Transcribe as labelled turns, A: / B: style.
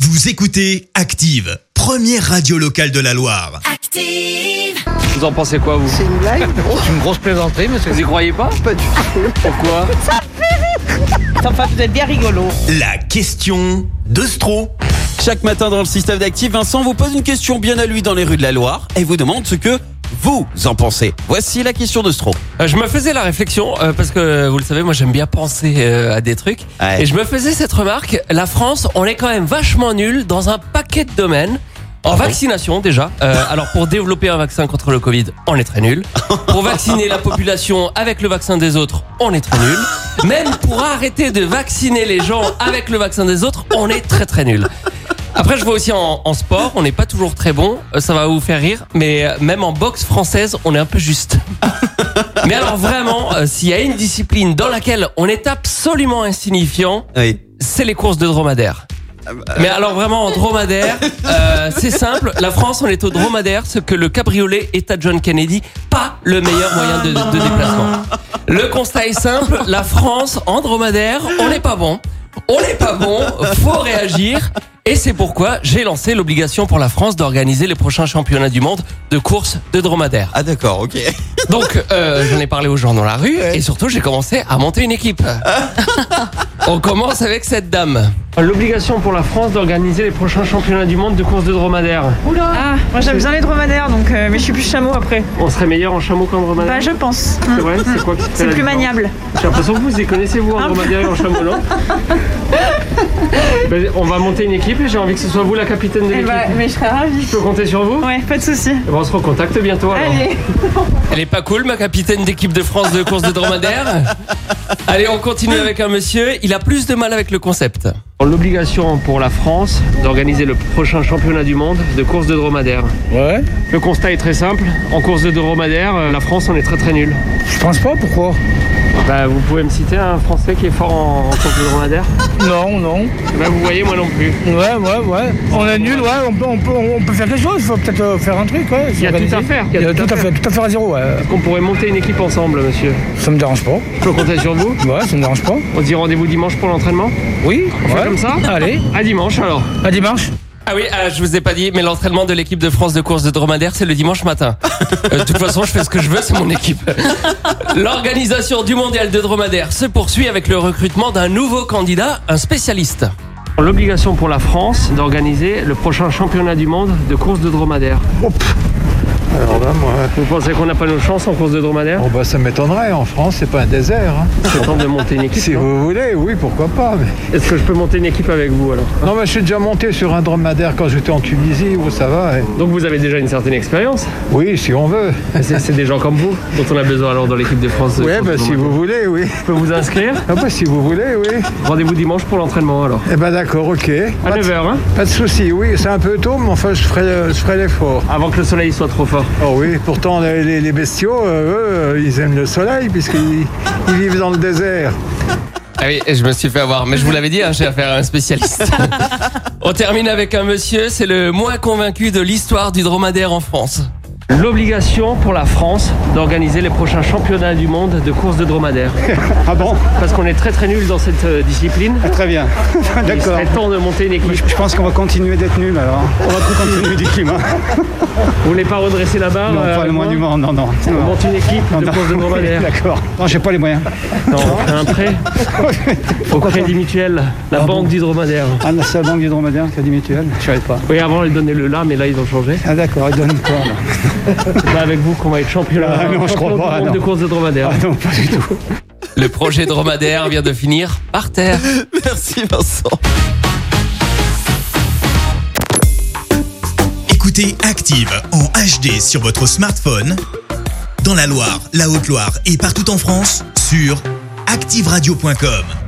A: Vous écoutez Active, première radio locale de la Loire.
B: Active.
C: Vous en pensez quoi, vous
D: C'est une blague drôle.
C: C'est une grosse plaisanterie, monsieur. Vous y croyez pas
D: Pas du tout.
C: Pourquoi
D: Enfin, vous êtes bien rigolo.
A: La question de Stro.
E: Chaque matin dans le système d'actifs, Vincent vous pose une question bien à lui dans les rues de la Loire et vous demande ce que vous en pensez. Voici la question de Stro.
F: Euh, Je me faisais la réflexion, euh, parce que vous le savez, moi j'aime bien penser euh, à des trucs.
E: Ouais.
F: Et je me faisais cette remarque, la France, on est quand même vachement nul dans un paquet de domaines. En vaccination déjà. Euh, alors pour développer un vaccin contre le Covid, on est très nul. Pour vacciner la population avec le vaccin des autres, on est très nul. Même pour arrêter de vacciner les gens avec le vaccin des autres, on est très très nul. Après, je vois aussi en, en sport, on n'est pas toujours très bon. Euh, Ça va vous faire rire, mais euh, même en boxe française, on est un peu juste. Mais alors vraiment, euh, s'il y a une discipline dans laquelle on est absolument insignifiant,
E: Oui.
F: c'est les courses de dromadaires. Mais alors vraiment en dromadaire, euh, c'est simple. La France, on est au dromadaire, ce que le cabriolet est à John Kennedy, pas le meilleur moyen de, de déplacement. Le constat est simple. La France en dromadaire, on n'est pas bon. On n'est pas bon. Faut réagir. Et c'est pourquoi j'ai lancé l'obligation pour la France d'organiser les prochains championnats du monde de courses de dromadaires.
E: Ah d'accord, ok.
F: Donc, euh, j'en ai parlé aux gens dans la rue et surtout, j'ai commencé à monter une équipe. On commence avec cette dame. L'obligation pour la France d'organiser les prochains championnats du monde de course de dromadaire.
G: Ah, moi j'aime bien les dromadaires, donc, euh, mais je suis plus chameau après.
F: On serait meilleur en chameau qu'en dromadaire
G: Bah, je pense. Hum.
F: C'est vrai C'est quoi qui fait
G: C'est
F: la
G: plus
F: différence
G: maniable. Ah.
F: J'ai l'impression que vous y connaissez, vous, en dromadaire et en chameau, non Ben, On va monter une équipe et j'ai envie que ce soit vous la capitaine de
G: Eh
F: l'équipe.
G: bah, mais je serais ravie.
F: Je peux compter sur vous
G: Ouais, pas de soucis.
F: Eh ben, On se recontacte bientôt alors.
G: Allez.
F: Elle est pas cool, ma capitaine d'équipe de France de course de dromadaire. Allez, on continue avec un monsieur. Il a plus de mal avec le concept. L'obligation pour la France d'organiser le prochain championnat du monde de course de dromadaire.
H: Ouais,
F: Le constat est très simple. En course de dromadaire, euh, la France, on est très très nul.
H: je pense pas, pourquoi
F: Bah, vous pouvez me citer un Français qui est fort en, en course de dromadaire
H: Non, non.
F: Bah, vous voyez, moi non plus.
H: Ouais, ouais, ouais. On est nul, ouais, on peut, on peut, on peut faire quelque chose, faut peut-être euh, faire un truc, ouais.
F: Il y a tout à faire,
H: Il y a tout à faire, tout à faire à zéro, ouais.
F: Qu'on pourrait monter une équipe ensemble, monsieur.
H: Ça me dérange pas.
F: Je peux compter sur vous
H: Ouais, ça me dérange pas.
F: On se dit rendez-vous dimanche pour l'entraînement
H: Oui, on
F: fait comme ça
H: Allez,
F: À dimanche alors.
H: à dimanche.
F: Ah oui, ah, je vous ai pas dit, mais l'entraînement de l'équipe de France de course de dromadaire, c'est le dimanche matin. Euh, de toute façon, je fais ce que je veux, c'est mon équipe. L'organisation du mondial de dromadaire se poursuit avec le recrutement d'un nouveau candidat, un spécialiste. L'obligation pour la France d'organiser le prochain championnat du monde de course de dromadaire.
I: Alors là, moi,
F: Vous pensez qu'on n'a pas nos chances en course de dromadaire
I: oh bah, ça m'étonnerait. En France, c'est pas un désert. hein.
F: C'est temps de monter une équipe.
I: Si
F: non
I: vous voulez, oui, pourquoi pas. mais-
F: Est-ce que je peux monter une équipe avec vous alors
I: Non, mais je suis déjà monté sur un dromadaire quand j'étais en Tunisie. où ça va. et-
F: Donc vous avez déjà une certaine expérience.
I: Oui, si on veut.
F: C'est c'est des gens comme vous dont on a besoin alors dans l'équipe de France. de
I: Oui,
F: course
I: bah,
F: de
I: si
F: dromadaire.
I: vous voulez, oui.
F: Je peux vous inscrire
I: Ah bah, si vous voulez, oui.
F: Rendez-vous dimanche pour l'entraînement alors.
I: Eh ben d'accord, ok.
F: À
I: Pas de,
F: 9h, hein
I: pas de souci, oui, c'est un peu tôt, mais enfin, je ferai, euh, je ferai l'effort.
F: Avant que le soleil soit trop fort.
I: Oh oui, pourtant, les, les- les bestiaux, euh, eux, ils aiment le soleil puisqu'ils ils vivent dans le désert.
F: Ah oui, je me suis fait avoir, mais je vous l'avais dit, hein, j'ai affaire à un spécialiste. On termine avec un monsieur, c'est le moins convaincu de l'histoire du dromadaire en France. L'obligation pour la France d'organiser les prochains championnats du monde de course de dromadaire.
I: Ah bon
F: Parce qu'on est très très nul dans cette euh, discipline.
I: Très bien.
F: Il serait temps de monter une équipe.
I: Je pense qu'on va continuer d'être nuls alors. hein. On va continuer du climat.
F: Vous voulez pas redresser la barre euh, avec moi
I: non, non.
F: On monte une équipe de course de dromadaire.
I: D'accord. Non, j'ai pas les moyens.
F: Non, on fait un prêt au Crédit Mutuel, la banque du dromadaire.
I: Ah, c'est la banque du dromadaire, Crédit Mutuel. Je savais pas.
F: Oui, avant, ils donnaient le là, mais là, ils ont changé.
I: Ah, d'accord, il donne quoi là
F: C'est pas avec vous qu'on va être champion,
I: Ah, non, je
F: champion
I: crois pas,
F: du monde
I: non.
F: de course de dromadaire.
I: Non, pas du tout.
F: Le projet dromadaire vient de finir par terre.
E: Merci Vincent.
A: Écoutez Active en HD sur votre smartphone, dans la Loire, la Haute-Loire et partout en France, sur activeradio.com.